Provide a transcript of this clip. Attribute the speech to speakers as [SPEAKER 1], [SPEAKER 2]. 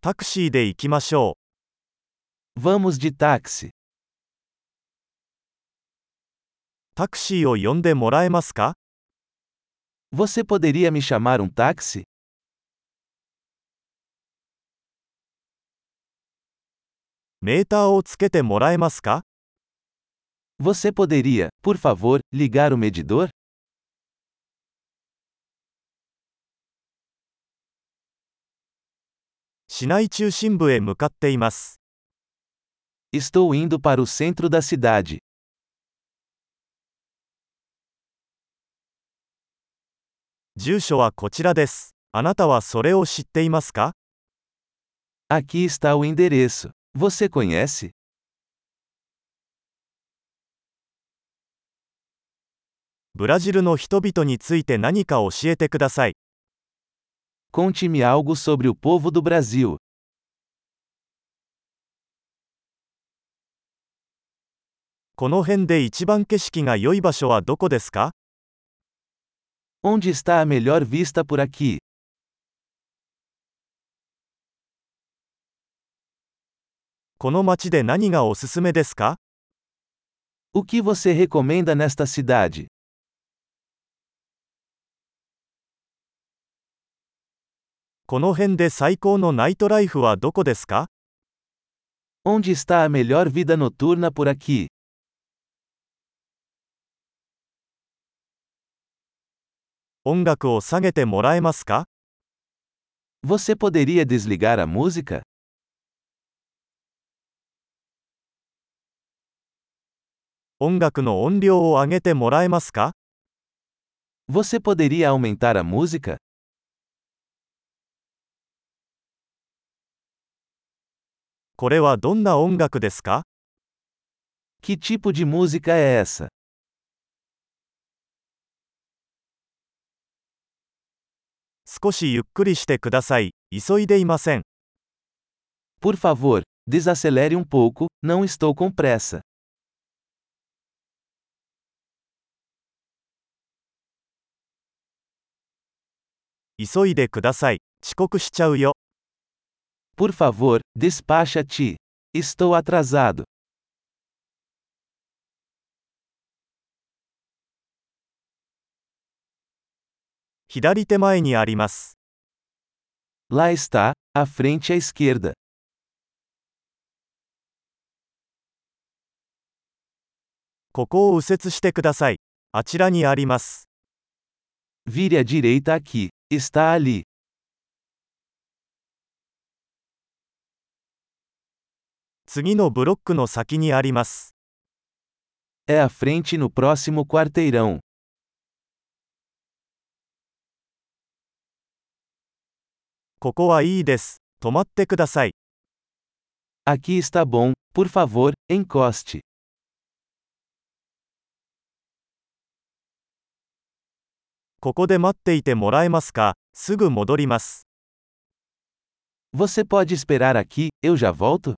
[SPEAKER 1] タクシーで行きましょ
[SPEAKER 2] Vamos de
[SPEAKER 1] う。
[SPEAKER 2] táxi.
[SPEAKER 1] タクシーを呼んでもらえますか
[SPEAKER 2] Você poderia me chamar um táxi?
[SPEAKER 1] メーターをつけてもらえますか
[SPEAKER 2] Você poderia, por favor, ligar o medidor?
[SPEAKER 1] 市内中心部へ向かっています。
[SPEAKER 2] Estou indo para o centro da cidade.
[SPEAKER 1] 住所はこちらです。あなたはそれを知っていますか
[SPEAKER 2] Aqui está o endereço. Você conhece?
[SPEAKER 1] ブラジルの人々について何か教えてください。
[SPEAKER 2] Conte-me algo sobre o povo do Brasil.
[SPEAKER 1] この辺で一番景色が良い場所はどこですか
[SPEAKER 2] Onde está a melhor vista por aqui?
[SPEAKER 1] この街で何がおすすめですか
[SPEAKER 2] O que você recomenda nesta cidade?
[SPEAKER 1] この辺で最高のナイトライフはどこですか
[SPEAKER 2] Onde está a melhor vida noturna por aqui?
[SPEAKER 1] 音楽を下げてもらえますか
[SPEAKER 2] Você poderia desligar a música?
[SPEAKER 1] 音楽の音量を上げてもらえますか
[SPEAKER 2] Você poderia aumentar a música?
[SPEAKER 1] これはどんな音楽ですか
[SPEAKER 2] Que tipo de música é essa?
[SPEAKER 1] 少しゆっくりしてください。急いでいません。
[SPEAKER 2] Por favor, desacelere um pouco, não estou com pressa.
[SPEAKER 1] 急いでください。遅刻しちゃうよ。
[SPEAKER 2] Por favor, despacha-te. Estou atrasado.
[SPEAKER 1] 左手前にあります。
[SPEAKER 2] Lá está, à frente à esquerda.
[SPEAKER 1] ここを右折してください。あちらにあります。
[SPEAKER 2] Vire à direita aqui. Está ali.
[SPEAKER 1] 次のブロックの先にあります。
[SPEAKER 2] É à frente no próximo quarteirão.
[SPEAKER 1] ここはいいです。止まってください。
[SPEAKER 2] Aqui está bom, por favor, encoste.
[SPEAKER 1] ここで待っていてもらえますかすぐ戻ります。
[SPEAKER 2] Você pode esperar aqui, eu já volto?